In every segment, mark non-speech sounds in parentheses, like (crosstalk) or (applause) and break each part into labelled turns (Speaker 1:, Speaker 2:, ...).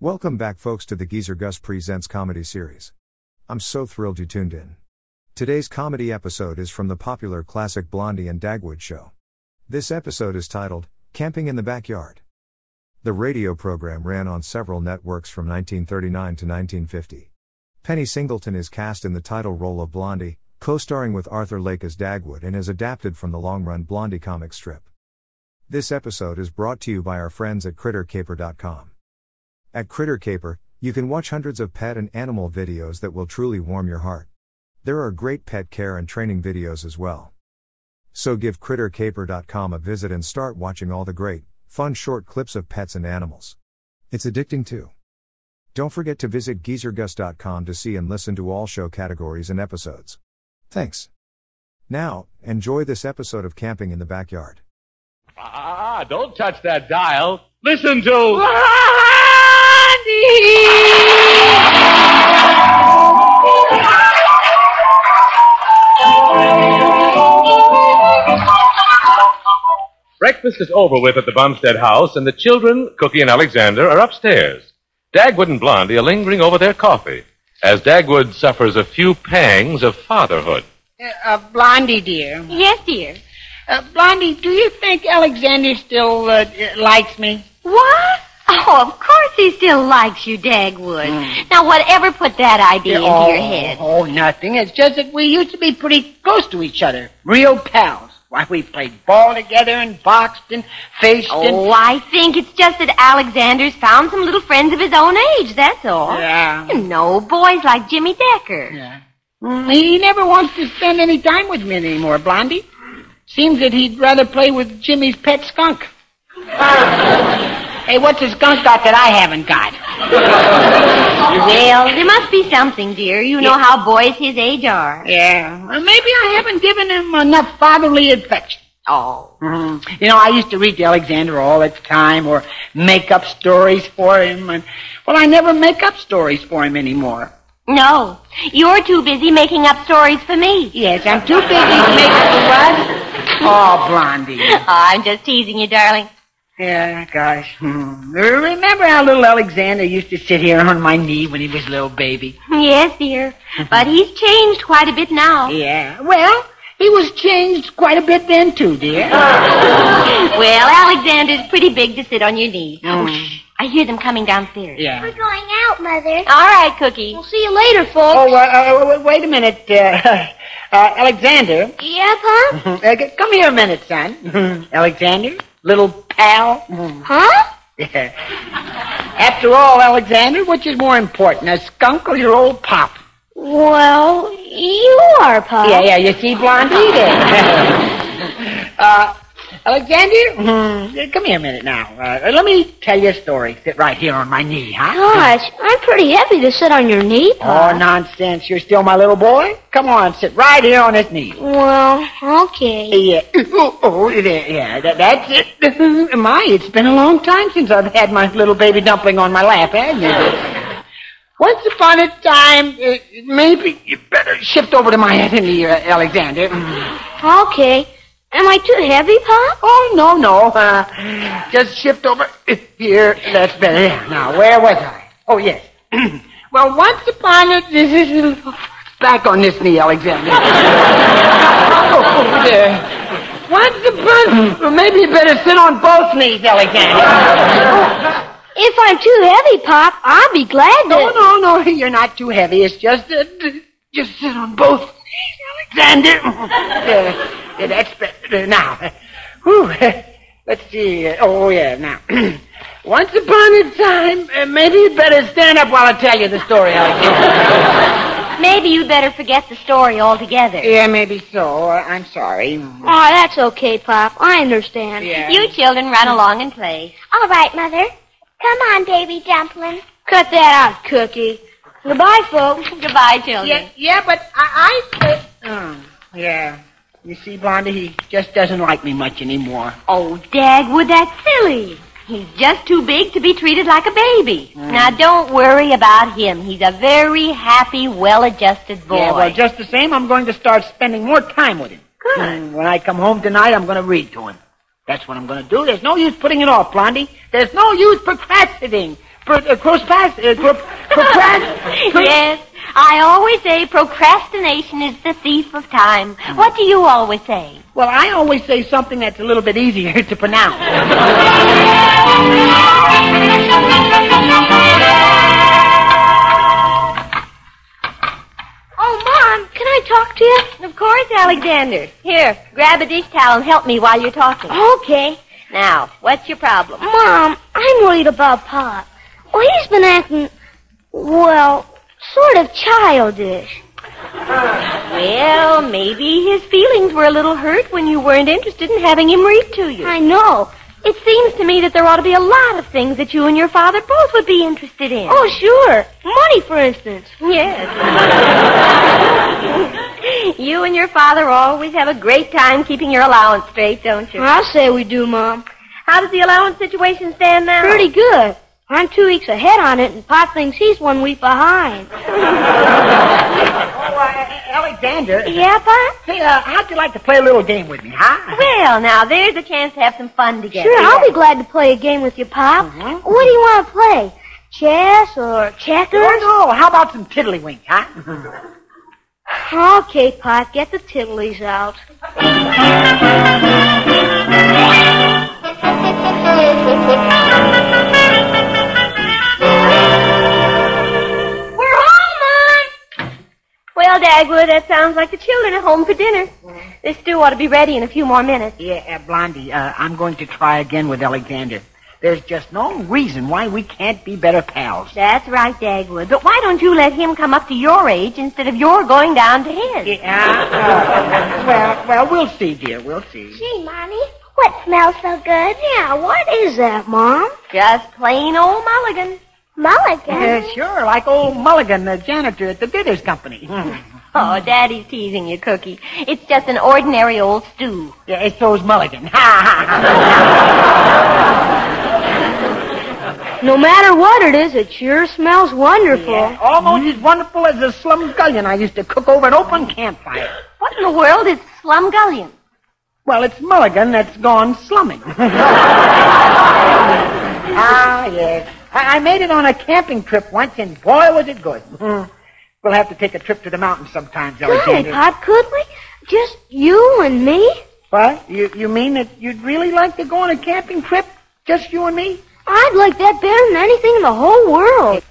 Speaker 1: Welcome back, folks, to the Geezer Gus Presents Comedy Series. I'm so thrilled you tuned in. Today's comedy episode is from the popular classic Blondie and Dagwood show. This episode is titled Camping in the Backyard. The radio program ran on several networks from 1939 to 1950. Penny Singleton is cast in the title role of Blondie, co starring with Arthur Lake as Dagwood, and is adapted from the long run Blondie comic strip. This episode is brought to you by our friends at CritterCaper.com. At Critter Caper, you can watch hundreds of pet and animal videos that will truly warm your heart. There are great pet care and training videos as well. So give CritterCaper.com a visit and start watching all the great, fun short clips of pets and animals. It's addicting too. Don't forget to visit GeezerGus.com to see and listen to all show categories and episodes. Thanks. Now, enjoy this episode of Camping in the Backyard.
Speaker 2: Ah, don't touch that dial. Listen to. Breakfast is over with at the Bumstead house, and the children, Cookie and Alexander, are upstairs. Dagwood and Blondie are lingering over their coffee as Dagwood suffers a few pangs of fatherhood.
Speaker 3: Uh, uh, Blondie, dear.
Speaker 4: Yes, dear.
Speaker 3: Uh, Blondie, do you think Alexander still uh, uh, likes me?
Speaker 4: What? Oh, of course he still likes you, Dagwood. Now, whatever put that idea into your head?
Speaker 3: Oh, nothing. It's just that we used to be pretty close to each other. Real pals. Why, we played ball together and boxed and faced
Speaker 4: Oh, I think it's just that Alexander's found some little friends of his own age, that's all.
Speaker 3: and... Yeah.
Speaker 4: You know, boys like Jimmy Decker.
Speaker 3: yeah. Mm, He never wants to spend any time with me anymore, Blondie. Seems that he'd rather play with Jimmy's pet skunk. (laughs) hey, what's a skunk got that I haven't got?
Speaker 4: Well, there must be something, dear. You know how boys his age are.
Speaker 3: Yeah. Well, maybe I haven't given him enough fatherly affection.
Speaker 4: Oh.
Speaker 3: hmm You know, I used to read to Alexander all the time or make up stories for him. And, well, I never make up stories for him anymore.
Speaker 4: No. You're too busy making up stories for me.
Speaker 3: Yes, I'm too busy to make up what? Oh, Blondie.
Speaker 4: Oh, (laughs) I'm just teasing you, darling.
Speaker 3: Yeah, gosh. Hmm. Remember how little Alexander used to sit here on my knee when he was a little baby?
Speaker 4: Yes, dear. But he's changed quite a bit now.
Speaker 3: Yeah. Well, he was changed quite a bit then, too, dear. (laughs)
Speaker 4: (laughs) Well, Alexander's pretty big to sit on your knee. Oh, shh. I hear them coming downstairs.
Speaker 3: Hmm. Yeah.
Speaker 5: going out, Mother.
Speaker 4: All right, Cookie.
Speaker 5: We'll see you later, folks.
Speaker 3: Oh, uh, uh, wait a minute, uh, (laughs) uh, Alexander.
Speaker 5: Yeah, Pop?
Speaker 3: (laughs) Uh, c- come here a minute, son. Alexander, little pal. (laughs)
Speaker 5: Huh?
Speaker 3: Yeah. After all, Alexander, which is more important, a skunk or your old pop?
Speaker 5: Well, you are, Pop.
Speaker 3: Yeah, yeah, you see, Blondie there. uh, Alexander, hmm, yeah, come here a minute now. Uh, let me tell you a story. Sit right here on my knee, huh?
Speaker 5: Gosh, I'm pretty heavy to sit on your knee,
Speaker 3: Oh,
Speaker 5: Pop.
Speaker 3: nonsense. You're still my little boy? Come on, sit right here on this knee.
Speaker 5: Well, okay.
Speaker 3: Yeah. (laughs) Oh, oh, yeah, yeah that, that's it. (laughs) my, it's been a long time since I've had my little baby dumpling on my lap, hasn't it? Once upon a time, uh, maybe you better shift over to my enemy, uh, Alexander.
Speaker 5: Okay. Am I too heavy, Pop?
Speaker 3: Oh, no, no. Uh, just shift over here. That's better. Yeah, Now, where was I? Oh, yes. (clears throat) well, once upon a... This is... Back on this knee, Alexander. oh, there. Once upon... Well, maybe you better sit on both knees, Alexander.
Speaker 5: If I'm too heavy, Pop, I'll be glad to.
Speaker 3: no, no, no. (laughs) You're not too heavy. It's just... Uh, just sit on both knees, Alexander. (laughs) There. Yeah, that's better. Now... Whew. Let's see. Oh, yeah, now. (clears throat) Once upon a time, uh, maybe you'd better stand up while I tell you the story,
Speaker 5: (laughs)
Speaker 3: Alexander.
Speaker 4: Maybe you'd better forget the story altogether.
Speaker 3: yeah, maybe so. Uh, I'm sorry.
Speaker 5: Oh, that's okay, Pop. I understand.
Speaker 3: Yeah.
Speaker 4: You children run along and play.
Speaker 5: All right, Mother. Come on, baby dumpling. Cut that out, Cookie. Goodbye, folks.
Speaker 4: (laughs) Goodbye, children.
Speaker 3: Yeah, yeah, but I... I oh, yeah. You see, Blondie, he just doesn't like me much anymore.
Speaker 4: Oh, Dagwood, that's silly. He's just too big to be treated like a baby.
Speaker 5: Hmm.
Speaker 4: Now, don't worry about him. He's a very happy, well-adjusted boy.
Speaker 3: Yeah, well,
Speaker 4: (laughs)
Speaker 3: just the same, I'm going to start spending more time with him.
Speaker 4: Good.
Speaker 3: And when I come home tonight, I'm going to read to him. That's what I'm going to do. There's no use putting it off, Blondie. There's no use procrastinating. pro, uh, prospas, uh, pro, (laughs) propras, pro-
Speaker 4: yes. I always say procrastination is the thief of time.
Speaker 5: Hmm.
Speaker 4: What do you always say?
Speaker 3: Well, I always say something that's a little bit easier (laughs) to pronounce.
Speaker 5: Oh, Mom, can I talk to you?
Speaker 4: Of course, Alexander. Here, grab a dish towel and help me while you're talking.
Speaker 5: Okay.
Speaker 4: Now, what's your problem?
Speaker 5: Mom, I'm worried about Pop. Well, he's been acting, well, sort of childish.
Speaker 4: Well, maybe his feelings were a little hurt when you weren't interested in having him read to you.
Speaker 5: I know.
Speaker 4: It seems to me that there ought to be a lot of things that you and your father both would be interested in.
Speaker 5: Oh, sure. Money, for instance.
Speaker 4: yes. (laughs) you and your father always have a great time keeping your allowance straight, don't you?
Speaker 5: I say we do, Mom.
Speaker 4: How does the allowance situation stand now?
Speaker 5: Pretty good. I'm two weeks ahead on it, and Pop thinks he's one week behind.
Speaker 3: Oh, uh, Alexander,
Speaker 5: Yeah, Pop?
Speaker 3: say, uh, how'd you like to play a little game with me, (laughs) huh?
Speaker 4: Well, now there's a chance to have some fun together.
Speaker 5: Sure, I'll be glad to play a game with you, Pop.
Speaker 4: Uh-huh.
Speaker 5: What do you want to play? Chess or checkers?
Speaker 3: Or no, how about some tiddlywink, huh? (laughs)
Speaker 5: Okay, Pop, get the tiddlies out.
Speaker 4: We're home, Mom! Well, Dagwood, that sounds like the children are home for dinner.
Speaker 5: Mm.
Speaker 4: This stew ought to be ready in a few more minutes.
Speaker 3: Yeah, uh, Blondie, uh, I'm going to try again with Alexander. There's just no reason why we can't be better pals.
Speaker 4: That's right, Dagwood. But why don't you let him come up to your age instead of your going down to his?
Speaker 3: Yeah, uh, well, well, we'll see, dear, we'll see.
Speaker 5: Gee, Mommy, what smells so good? Yeah, what is that, Mom?
Speaker 4: Just plain old Mulligan.
Speaker 5: Mulligan.
Speaker 3: Yeah, sure, like old Mulligan, the janitor at the Bitters Company.
Speaker 4: Oh,
Speaker 3: Hmm.
Speaker 4: Daddy's teasing you, Cookie. It's just an ordinary old stew.
Speaker 3: Yeah, it's those Mulligan. Ha, ha, ha.
Speaker 5: No matter what it is, it sure smells wonderful.
Speaker 3: Yeah, almost as wonderful as the slumgullion I used to cook over an open campfire.
Speaker 4: What in the world is slumgullion?
Speaker 3: Well, it's Mulligan that's gone slumming. (laughs) ah, yes. I-, I made it on a camping trip once, and boy, was it good. We'll have to take a trip to the mountains sometimes,
Speaker 5: Golly,
Speaker 3: Alexander.
Speaker 5: Pop, could we? Just you and me?
Speaker 3: What? You, you mean that you'd really like to go on a camping trip? Just you and me?
Speaker 5: I'd like that better than anything in the whole world.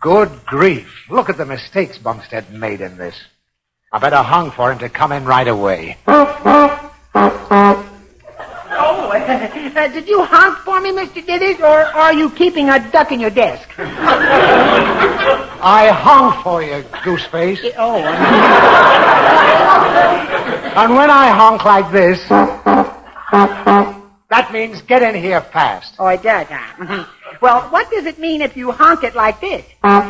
Speaker 6: Good grief. Look at the mistakes Bumstead made in this. I bet I hung for him to come in right away.
Speaker 3: Oh, uh, did you honk for me, Mr. Dithers, or are you keeping a duck in your desk?
Speaker 6: I hung for you, gooseface.
Speaker 3: Oh,
Speaker 6: (laughs) And when I honk like this, that means get in here fast.
Speaker 3: oh, it does, huh? (laughs) Well, what does it mean if you honk it like this?
Speaker 6: Now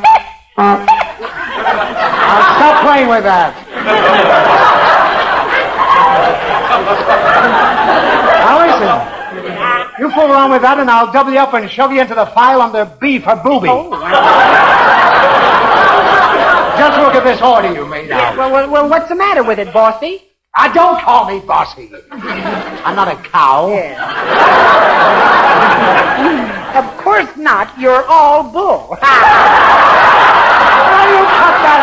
Speaker 6: stop playing with that. now listen. You fool around with that, and I'll double you up and shove you into the file under B for booby. Just look at this order you made out.
Speaker 3: Well, well, well what's the matter with it, bossy?
Speaker 6: I don't call me bossy. I'm not a cow.
Speaker 3: (laughs) Of course not. You're all bull.
Speaker 6: Now you cut that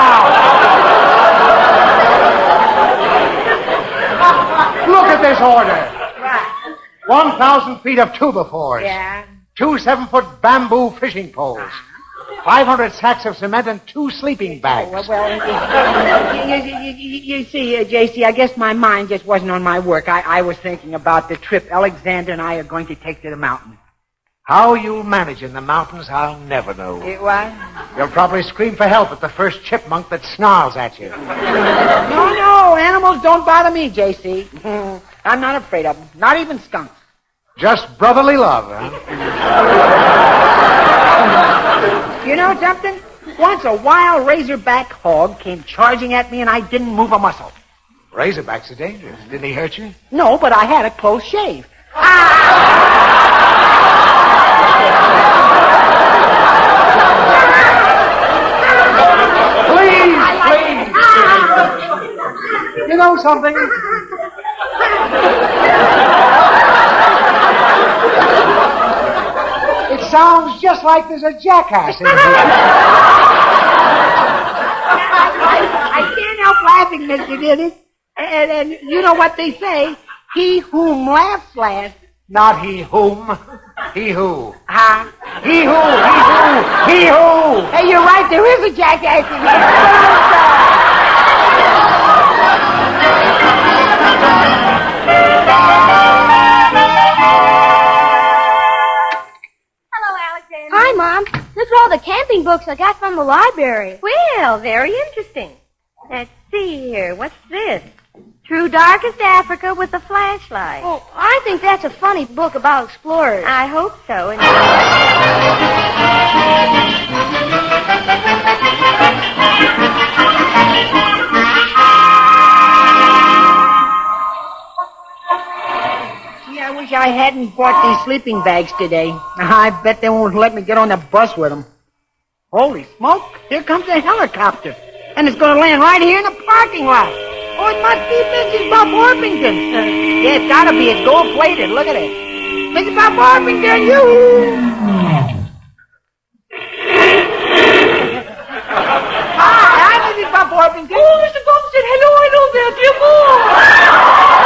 Speaker 6: out. Look at this order. One thousand feet of tuba fours.
Speaker 3: Yeah.
Speaker 6: Two seven-foot bamboo fishing poles. Five hundred sacks of cement and two sleeping bags.
Speaker 3: Oh, Well, well you, you, you, you, you see, uh, J.C., I guess my mind just wasn't on my work. I, I was thinking about the trip Alexander and I are going to take to the mountain.
Speaker 6: How you'll manage in the mountains, I'll never know.
Speaker 3: It was?
Speaker 6: You'll probably scream for help at the first chipmunk that snarls at you.
Speaker 3: No, no, animals don't bother me, J.C. (laughs) I'm not afraid of them, not even skunks.
Speaker 6: Just brotherly love, huh?
Speaker 3: You know something? Once a wild razorback hog came charging at me and I didn't move a muscle.
Speaker 6: Razorbacks are dangerous. Didn't he hurt you?
Speaker 3: No, but I had a close shave.
Speaker 6: Please, please. You know something? sounds just like there's a jackass in here.
Speaker 3: I, I can't help laughing, Mr. Diddy. And, and you know what they say? He whom laughs last.
Speaker 6: Not he whom, he who.
Speaker 3: Huh?
Speaker 6: He who, he who, he who.
Speaker 3: Hey, you're right. There is a jackass in here.
Speaker 4: Hello, Alexander.
Speaker 5: Hi, Mom. Look at all the camping books I got from the library.
Speaker 4: Well, very interesting. Let's see here. What's this? Through Darkest Africa with a Flashlight.
Speaker 5: Oh, I think that's a funny book about explorers.
Speaker 4: I hope so. And
Speaker 3: Gee, I wish I hadn't bought these sleeping bags today. I bet they won't let me get on the bus with them. Holy smoke! Here comes a helicopter, and it's going to land right here in the parking lot. Oh, it must be Mrs. Bob Orpington. Uh, yeah, it's got to be. It's gold plated. Look at it, Mrs. Bob Orpington. (laughs) You. Hi, I'm Mrs. Bob Orpington. Oh, Mr. Thompson. Hello, hello there, dear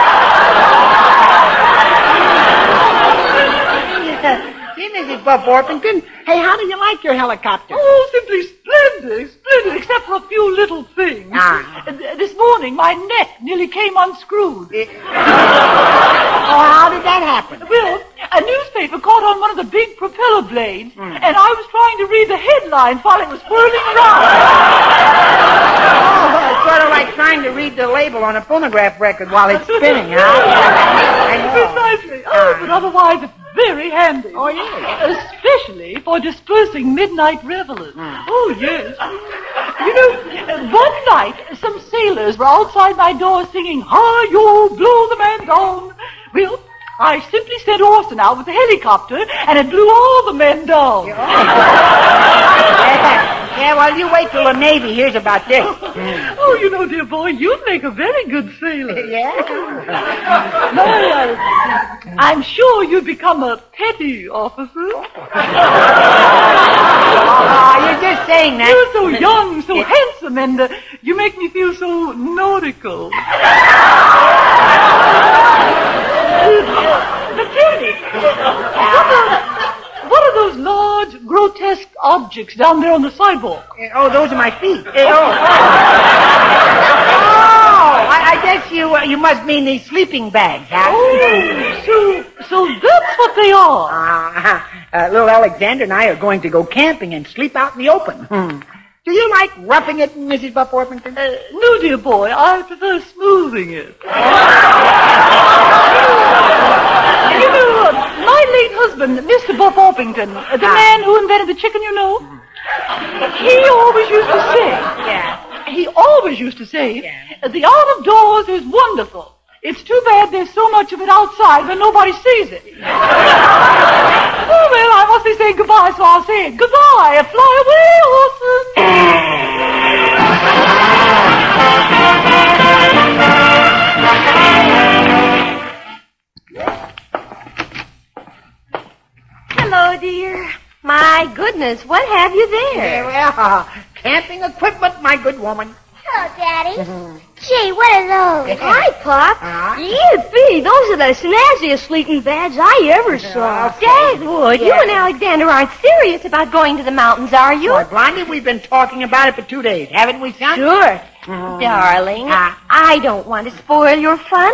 Speaker 3: boy. (laughs) Hey, Mrs. Bob Orpington. Hey, how do you like your helicopter?
Speaker 7: Oh, simply splendid, splendid, except for a few little things.
Speaker 3: Ah.
Speaker 7: Uh, th- This morning, my neck nearly came unscrewed.
Speaker 3: Oh, how did that happen?
Speaker 7: Well, a newspaper caught on one of the big propeller blades,
Speaker 3: Hmm.
Speaker 7: and I was trying to read the headlines while it was whirling around.
Speaker 3: (laughs) Oh, it's sort of like trying to read the label on a phonograph record while it's spinning, huh? (laughs)
Speaker 7: (laughs)
Speaker 3: I know.
Speaker 7: Precisely. Oh, but otherwise, it's very handy.
Speaker 3: Oh, yeah.
Speaker 7: Especially for dispersing midnight revelers.
Speaker 3: Hmm.
Speaker 7: Oh, yes. You know, uh, one night, some sailors were outside my door singing, Hi, you, blow the man down. Well, I simply sent Orson out with a helicopter, and it blew all the men down.
Speaker 3: Yeah. Yeah, well, you wait till the Navy hears about this.
Speaker 7: Oh, you know, dear boy, you'd make a very good sailor.
Speaker 3: (laughs) Yeah?
Speaker 7: No, I- I'm sure you'd become a petty officer.
Speaker 3: (laughs) Oh, you're just saying that.
Speaker 7: You're so young, so handsome, and uh, you make me feel so nautical. but tell me, what are, what are those large, grotesque objects down there on the sidewalk?
Speaker 3: Oh, those are my feet. Eh, (laughs) Oh, Oh, I, I guess you uh, you must mean these sleeping bags, huh?
Speaker 7: so, so that's what they are.
Speaker 3: Uh, uh, little Alexander and I are going to go camping and sleep out in the open. Hmm. Do you like roughing it, Mrs. Buff Orpington?
Speaker 7: Uh, no, dear boy, I prefer smoothing (laughs) it. you know, uh, my late husband, Mr. Bob Orpington, uh, the man who invented the chicken, you know, he always used to say, he always used to say,
Speaker 3: Yeah.
Speaker 7: uh, the out of doors is wonderful. It's too bad there's so much of it outside when nobody sees (laughs) it. oh, well, I must be saying goodbye, so I'll say it. Goodbye, fly away, horses.
Speaker 4: hello, dear. My goodness, what have you there?
Speaker 3: well, (laughs) camping equipment, my good woman.
Speaker 5: Hello,
Speaker 4: (laughs)
Speaker 5: Daddy. Gee, what are those? Hi, Pop.
Speaker 3: Uh-huh.
Speaker 5: Yippee, those are the snazziest sleeping bags I ever saw.
Speaker 4: Dagwood, you and Alexander aren't serious about going to the mountains, are you?
Speaker 3: Why, Blondie, we've been talking about it for two days, haven't we, son?
Speaker 4: Sure.
Speaker 5: Mm-hmm.
Speaker 4: Darling,
Speaker 3: Ah.
Speaker 4: I don't want to spoil your fun,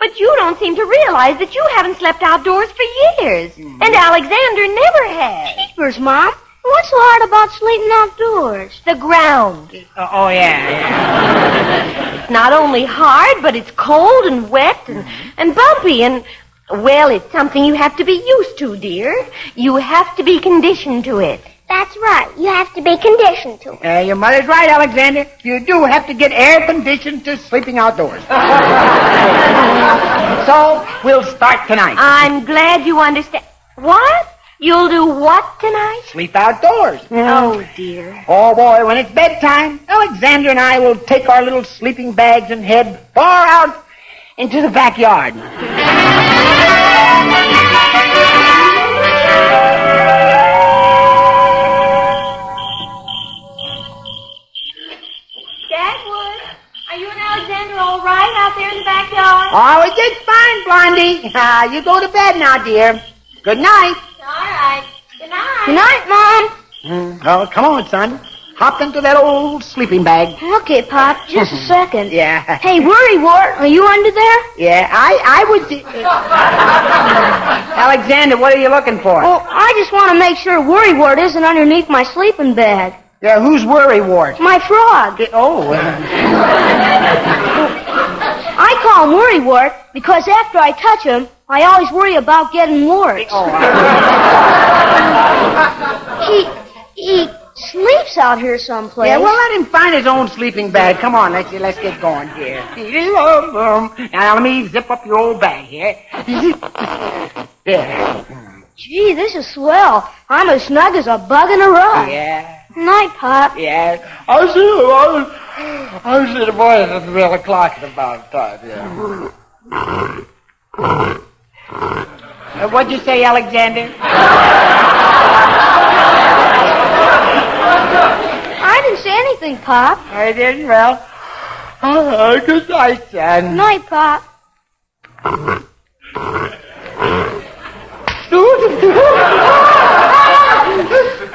Speaker 4: but you don't seem to realize that you haven't slept outdoors for years. And Alexander never has.
Speaker 5: Mm. Jeepers, Mom. What's so hard about sleeping outdoors?
Speaker 4: The ground.
Speaker 3: Uh, oh, yeah.
Speaker 4: It's not only hard, but it's cold and wet and,
Speaker 5: Mm-hmm.
Speaker 4: and bumpy and, well, it's something you have to be used to, dear. You have to be conditioned to it.
Speaker 5: That's right. You have to be conditioned to it.
Speaker 3: Uh, your mother's right, Alexander. You do have to get air conditioned to sleeping (laughs) outdoors. so, we'll start tonight.
Speaker 4: I'm glad you understand. What? You'll do what tonight?
Speaker 3: Sleep outdoors.
Speaker 4: Oh, dear.
Speaker 3: Oh boy, when it's bedtime, Alexander and I will take our little sleeping bags and head far out into the backyard. Oh, it's just fine, Blondie. (laughs) Uh, you go to bed now, dear. Good night.
Speaker 5: All right. Good night.
Speaker 4: Good night, Mom.
Speaker 3: Mm, Oh, come on, son. Hop into that old sleeping bag.
Speaker 5: (laughs) Okay, Pop, just a second.
Speaker 3: Yeah,
Speaker 5: Hey, worry wart, are you under there?
Speaker 3: yeah. I, I would. d- Alexander, what are you looking for?
Speaker 5: Well, I just want to make sure worry wart isn't underneath my sleeping bag.
Speaker 3: Yeah, who's worry wart?
Speaker 5: My frog.
Speaker 3: Oh, uh,
Speaker 5: I call him worry wart because after I touch him, I always worry about getting warts. (laughs) he he sleeps out here someplace.
Speaker 3: yeah. Well, let him find his own sleeping bag. Come on, let's let's get going here. Now let me zip up your old bag here. (laughs) Yeah,
Speaker 5: Gee, this is swell. I'm as snug as a bug in a rug.
Speaker 3: yeah,
Speaker 5: Night, Pop.
Speaker 3: yeah. Oh, I see. I, I see the boys at the real o'clock at about time. Yeah. Uh, what'd you say, Alexander?
Speaker 5: I didn't say anything, Pop.
Speaker 3: I didn't, well. Oh, good night, son.
Speaker 5: Night, Pop.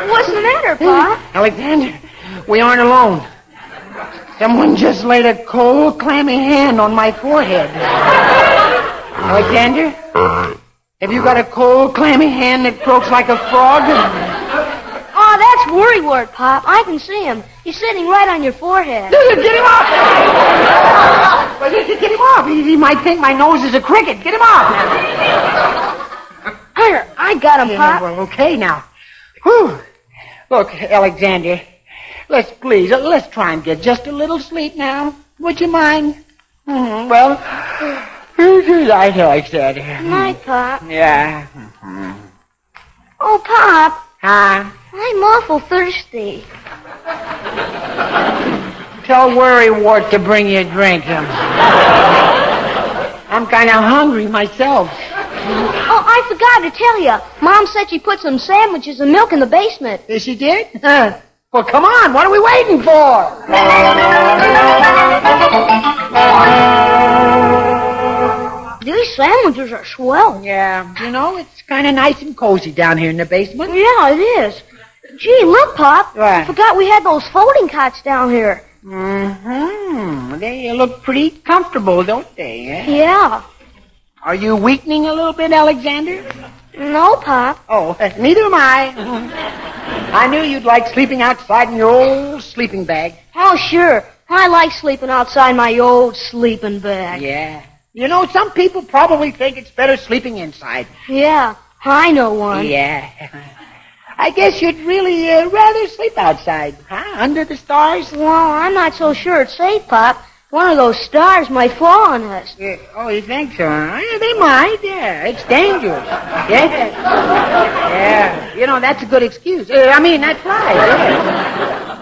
Speaker 5: What's the matter, Pop?
Speaker 3: Alexander, we aren't alone. Someone just laid a cold, clammy hand on my forehead. Alexander, have you got a cold, clammy hand that croaks like a frog?
Speaker 5: Oh, that's worry wart, Pop. I can see him. He's sitting right on your forehead.
Speaker 3: Get him off! Get him off! He, he might think my nose is a cricket. Get him off!
Speaker 5: Here, I got him,
Speaker 3: Yeah,
Speaker 5: Pop.
Speaker 3: well, okay now. Whew. Look, Alexander, let's please, uh, let's try and get just a little sleep now. Would you mind? Mhm, Well, I know I said.
Speaker 5: Night, Pop.
Speaker 3: Yeah.
Speaker 5: Oh, Pop,
Speaker 3: Huh?
Speaker 5: I'm awful thirsty.
Speaker 3: Tell Worry Wart to bring you a drink. Um, I'm kind of hungry myself.
Speaker 5: Oh, I forgot to tell you. Mom said she put some sandwiches and milk in the basement.
Speaker 3: Yes, you did? (laughs) Huh. Well, come on. What are we waiting for?
Speaker 5: These sandwiches are swell.
Speaker 3: Yeah, you know, it's kind of nice and cozy down here in the basement.
Speaker 5: Yeah, it is. Gee, look, Pop.
Speaker 3: What?
Speaker 5: Forgot we had those folding cots down here.
Speaker 3: Mm-hmm. They look pretty comfortable, don't they? eh?
Speaker 5: Yeah.
Speaker 3: Are you weakening a little bit, Alexander?
Speaker 5: No, Pop.
Speaker 3: Oh, (laughs) neither am I. I knew you'd like sleeping outside in your old sleeping bag.
Speaker 5: Oh, sure. I like sleeping outside my old sleeping bag.
Speaker 3: Yeah. You know, some people probably think it's better sleeping inside.
Speaker 5: Yeah, I know one.
Speaker 3: Yeah. (laughs) I guess you'd really uh, rather sleep outside, huh? Under the stars?
Speaker 5: Well, I'm not so sure it's safe, Pop. One of those stars might fall on us.
Speaker 3: Yeah. Oh, you think so? Huh? Yeah, they might. Yeah, it's dangerous. Yeah. Yeah. You know, that's a good excuse. Uh, I mean, that's right. yeah.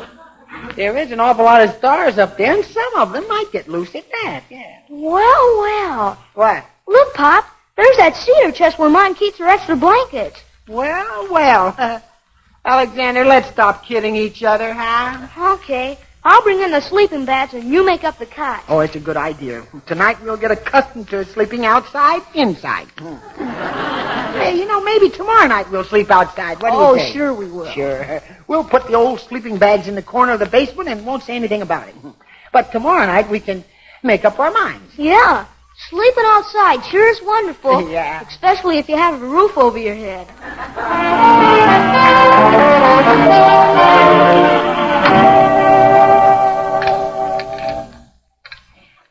Speaker 3: There is an awful lot of stars up there, and some of them might get loose at that. Yeah.
Speaker 5: Well, well.
Speaker 3: What?
Speaker 5: Look, Pop, there's that cedar chest where Mom keeps her extra blankets.
Speaker 3: Well, well. (laughs) Alexander, let's stop kidding each other, huh?
Speaker 5: Okay, I'll bring in the sleeping bags and you make up the cot.
Speaker 3: Oh, it's a good idea. Tonight we'll get accustomed to sleeping outside, inside. hey, you know, maybe tomorrow night we'll sleep outside. What do
Speaker 5: Oh,
Speaker 3: you think?
Speaker 5: sure we will.
Speaker 3: Sure. We'll put the old sleeping bags in the corner of the basement and won't say anything about it. But tomorrow night we can make up our minds.
Speaker 5: Yeah, sleeping outside sure is wonderful.
Speaker 3: Yeah.
Speaker 5: Especially if you have a roof over your head.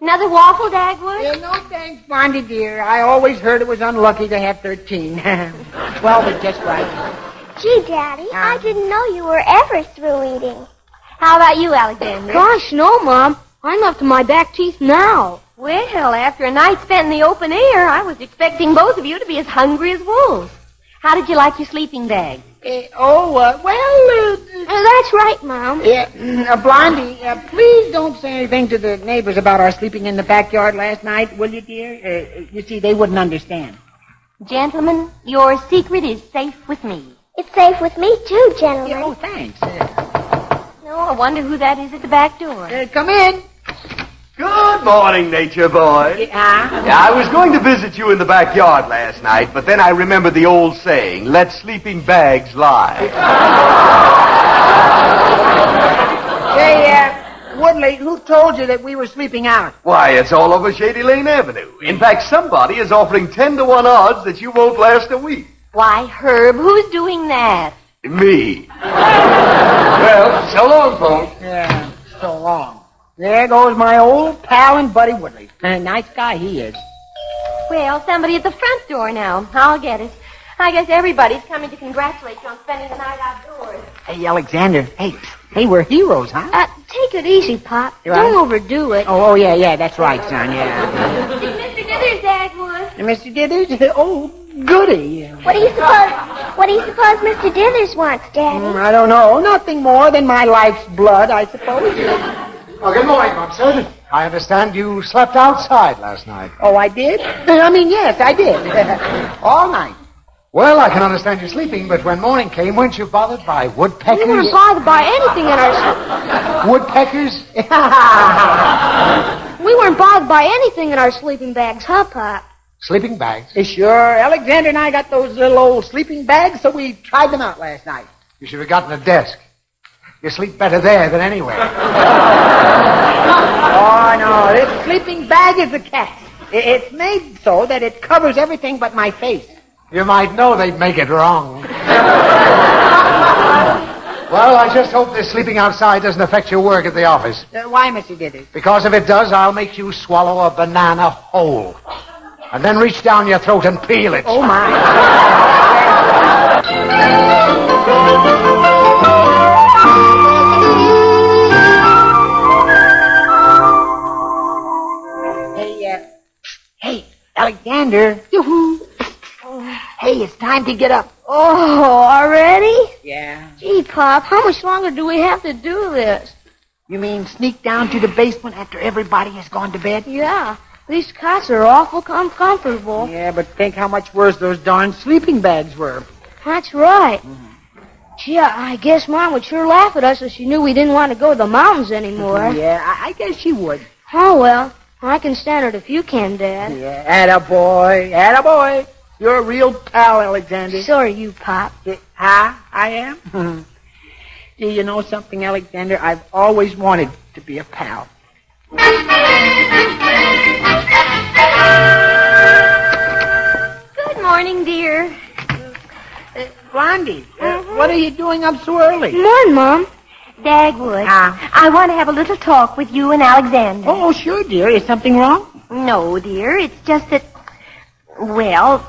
Speaker 5: Another waffle, Dagwood?
Speaker 3: Yeah, no thanks, Blondie dear. I always heard it was unlucky to have (laughs) 13. 12 is just right.
Speaker 8: Gee, Daddy, I didn't know you were ever through eating. How about you, Alexander?
Speaker 5: Gosh, no, Mom. I'm up to my back teeth now.
Speaker 4: Well, after a night spent in the open air, I was expecting both of you to be as hungry as wolves. How did you like your sleeping bag?
Speaker 3: Eh, oh, uh, well, uh,
Speaker 5: Oh, that's right, Mom.
Speaker 3: Yeah, uh, Blondie, uh, please don't say anything to the neighbors about our sleeping in the backyard last night, will you, dear? Uh, you see, they wouldn't understand.
Speaker 4: Gentlemen, your secret is safe with me.
Speaker 8: It's safe with me, too, gentlemen.
Speaker 3: Yeah, oh, thanks. Uh,
Speaker 4: No, I wonder who that is at the back door.
Speaker 3: uh, come in.
Speaker 9: Good morning, nature boy.
Speaker 3: Yeah?
Speaker 9: Yeah, I was going to visit you in the backyard last night, but then I remembered the old saying, let sleeping bags lie.
Speaker 3: Say, uh, Woodley, who told you that we were sleeping out?
Speaker 9: Why, it's all over Shady Lane Avenue. In fact, somebody is offering 10 to 1 odds that you won't last a week.
Speaker 4: Why, Herb, who's doing that?
Speaker 9: Me. (laughs) well, so long, folks.
Speaker 3: Yeah, so long. There goes my old pal and buddy Woodley. A nice guy he is.
Speaker 4: Well, somebody at the front door now. I'll get it. I guess everybody's coming to congratulate you on spending the night outdoors.
Speaker 3: Hey, Alexander. Hey, hey, we're heroes, huh?
Speaker 5: Uh, take it easy, Pop.
Speaker 3: You're
Speaker 5: Don't
Speaker 3: right.
Speaker 5: overdo it.
Speaker 3: Oh, oh, yeah, yeah, that's right, son, yeah.
Speaker 4: It's Mr. Dithers, Dagwood.
Speaker 3: And Mr. Dithers, (laughs) oh, goody.
Speaker 8: What do you suppose? What do you suppose Mr. Dithers wants, Daddy?
Speaker 3: Mm, I don't know. Nothing more than my life's blood, I suppose.
Speaker 6: Oh, good morning, Bumstead. I understand you slept outside last night.
Speaker 3: Oh, I did? I mean, yes, I did. (laughs) All night.
Speaker 6: Well, I can understand you sleeping, but when morning came, weren't you bothered by
Speaker 5: We
Speaker 6: woodpeckers?
Speaker 5: weren't bothered by anything in
Speaker 9: (laughs)
Speaker 5: our
Speaker 6: Woodpeckers?
Speaker 5: we weren't bothered by anything in our sleeping bags, huh, Pop?
Speaker 6: Sleeping bags?
Speaker 3: Sure, Alexander and I got those little old sleeping bags, so we tried them out last night.
Speaker 6: You should have gotten a desk. You sleep better there than anywhere.
Speaker 3: Oh, no, this sleeping bag is a cat. I- It's made so that it covers everything but my face.
Speaker 6: You might know they'd make it wrong. well, I just hope this sleeping outside doesn't affect your work at the office.
Speaker 3: Uh, why, Mr. Dithers?
Speaker 6: Because if it does, I'll make you swallow a banana whole. And then reach down your throat and peel it.
Speaker 3: Oh, my. Hey, uh, hey, Alexander. Yoo-hoo. Hey, it's time to get up.
Speaker 5: Oh, already?
Speaker 3: Yeah.
Speaker 5: Gee, Pop, how much longer do we have to do this?
Speaker 3: You mean sneak down to the basement after everybody has gone to bed?
Speaker 5: Yeah, these cots are awful uncomfortable.
Speaker 3: Yeah, but think how much worse those darn sleeping bags were.
Speaker 5: That's right. Gee, I I guess Mom would sure laugh at us if she knew we didn't want to go to the mountains anymore.
Speaker 3: Yeah, I, I guess she would.
Speaker 5: Oh, well, I can stand it if you can, Dad.
Speaker 3: Yeah, attaboy, attaboy. You're a real pal, Alexander.
Speaker 5: So are you, Pop.
Speaker 3: Huh? I (laughs) am? Do you know something, Alexander? I've always wanted to be a pal.
Speaker 4: Good morning, dear.
Speaker 3: Blondie, uh, what are you doing up so early?
Speaker 5: Good morning, Mom.
Speaker 4: Dagwood.
Speaker 3: Ah.
Speaker 4: I want to have a little talk with you and Alexander.
Speaker 3: Oh, sure, dear. Is something wrong?
Speaker 4: No, dear. It's just that. Well,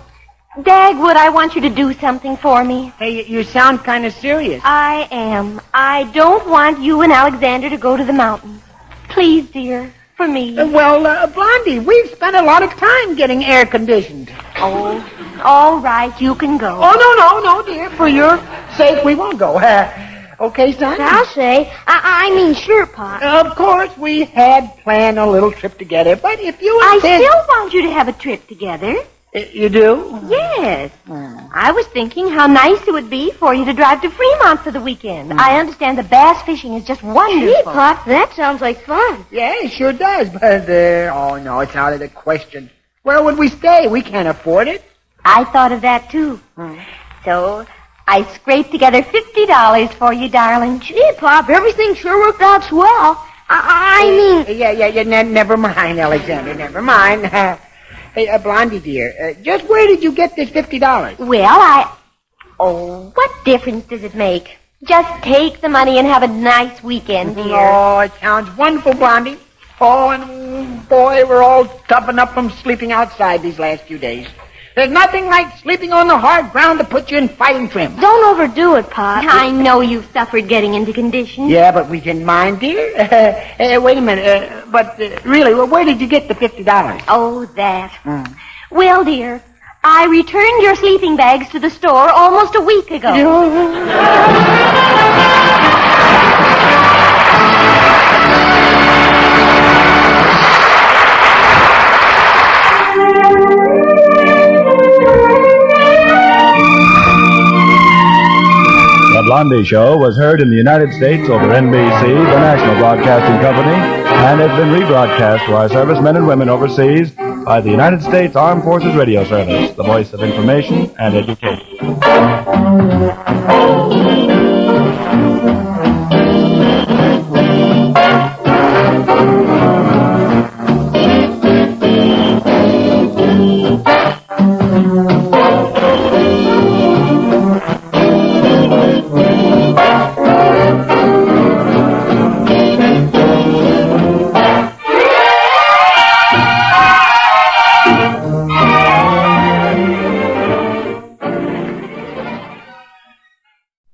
Speaker 4: Dagwood, I want you to do something for me.
Speaker 3: Hey, you sound kind of serious.
Speaker 4: I am. I don't want you and Alexander to go to the mountains. Please, dear, for me.
Speaker 3: Uh, well, uh, Blondie, we've spent a lot of time getting air conditioned.
Speaker 4: Oh, all right, you can go.
Speaker 3: Oh, no, no, no, dear. For your sake, we won't go. (laughs) Uh, okay, son?
Speaker 5: I'll say. I, I mean, sure, Pop.
Speaker 3: Of course, we had planned a little trip together, but if you
Speaker 4: I
Speaker 3: insist...
Speaker 4: still want you to have a trip together.
Speaker 3: Uh, You do?
Speaker 4: Yes.
Speaker 5: Hmm.
Speaker 4: I was thinking how nice it would be for you to drive to Fremont for the weekend. I understand the bass fishing is just
Speaker 5: Hmm. Gee,
Speaker 4: wonderful.
Speaker 5: Pop, that sounds like fun.
Speaker 3: Yeah, it sure does, but, uh, oh, no, it's out of the question. Where would we stay? We can't afford it.
Speaker 4: I thought of that too.
Speaker 5: Hmm.
Speaker 4: So I scraped together fifty dollars for you, darling.
Speaker 5: Gee, Pop, everything sure worked out swell. I, I mean,
Speaker 3: Yeah, yeah, yeah, ne- never mind, Alexander, never mind. (laughs) hey, uh, Blondie, dear, uh, just where did you get this $50?
Speaker 4: Well, I. Oh, what difference does it make? Just take the money and have a nice weekend,
Speaker 5: Mm-hmm.
Speaker 4: dear.
Speaker 3: Oh, it sounds wonderful, Blondie. Oh, and boy, we're all toughen up from sleeping outside these last few days. There's nothing like sleeping on the hard ground to put you in fighting trim.
Speaker 5: don't overdo it, Pop.
Speaker 4: I know you've suffered getting into condition.
Speaker 3: Yeah, but we didn't mind, dear. (laughs) Uh, wait a minute. Uh, but uh, really, well, where did you get the fifty dollars?
Speaker 4: Oh, that.
Speaker 3: Hmm.
Speaker 4: Well, dear, I returned your sleeping bags to the store almost a week ago.
Speaker 2: The
Speaker 10: Blondie Show was heard in the United States over NBC, the national broadcasting company, and has been rebroadcast to our servicemen and women overseas by the United States Armed Forces Radio Service, the voice of information and education.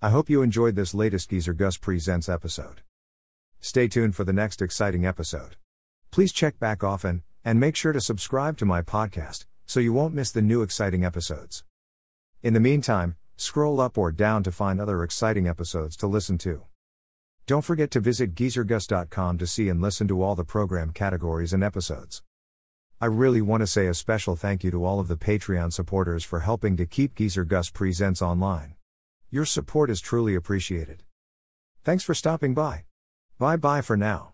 Speaker 1: I hope you enjoyed this latest Geezer Gus Presents episode. Stay tuned for the next exciting episode. Please check back often, and make sure to subscribe to my podcast so you won't miss the new exciting episodes. In the meantime, scroll up or down to find other exciting episodes to listen to. Don't forget to visit geezergus.com to see and listen to all the program categories and episodes. I really want to say a special thank you to all of the Patreon supporters for helping to keep Geezer Gus Presents online. Your support is truly appreciated. Thanks for stopping by. Bye bye for now.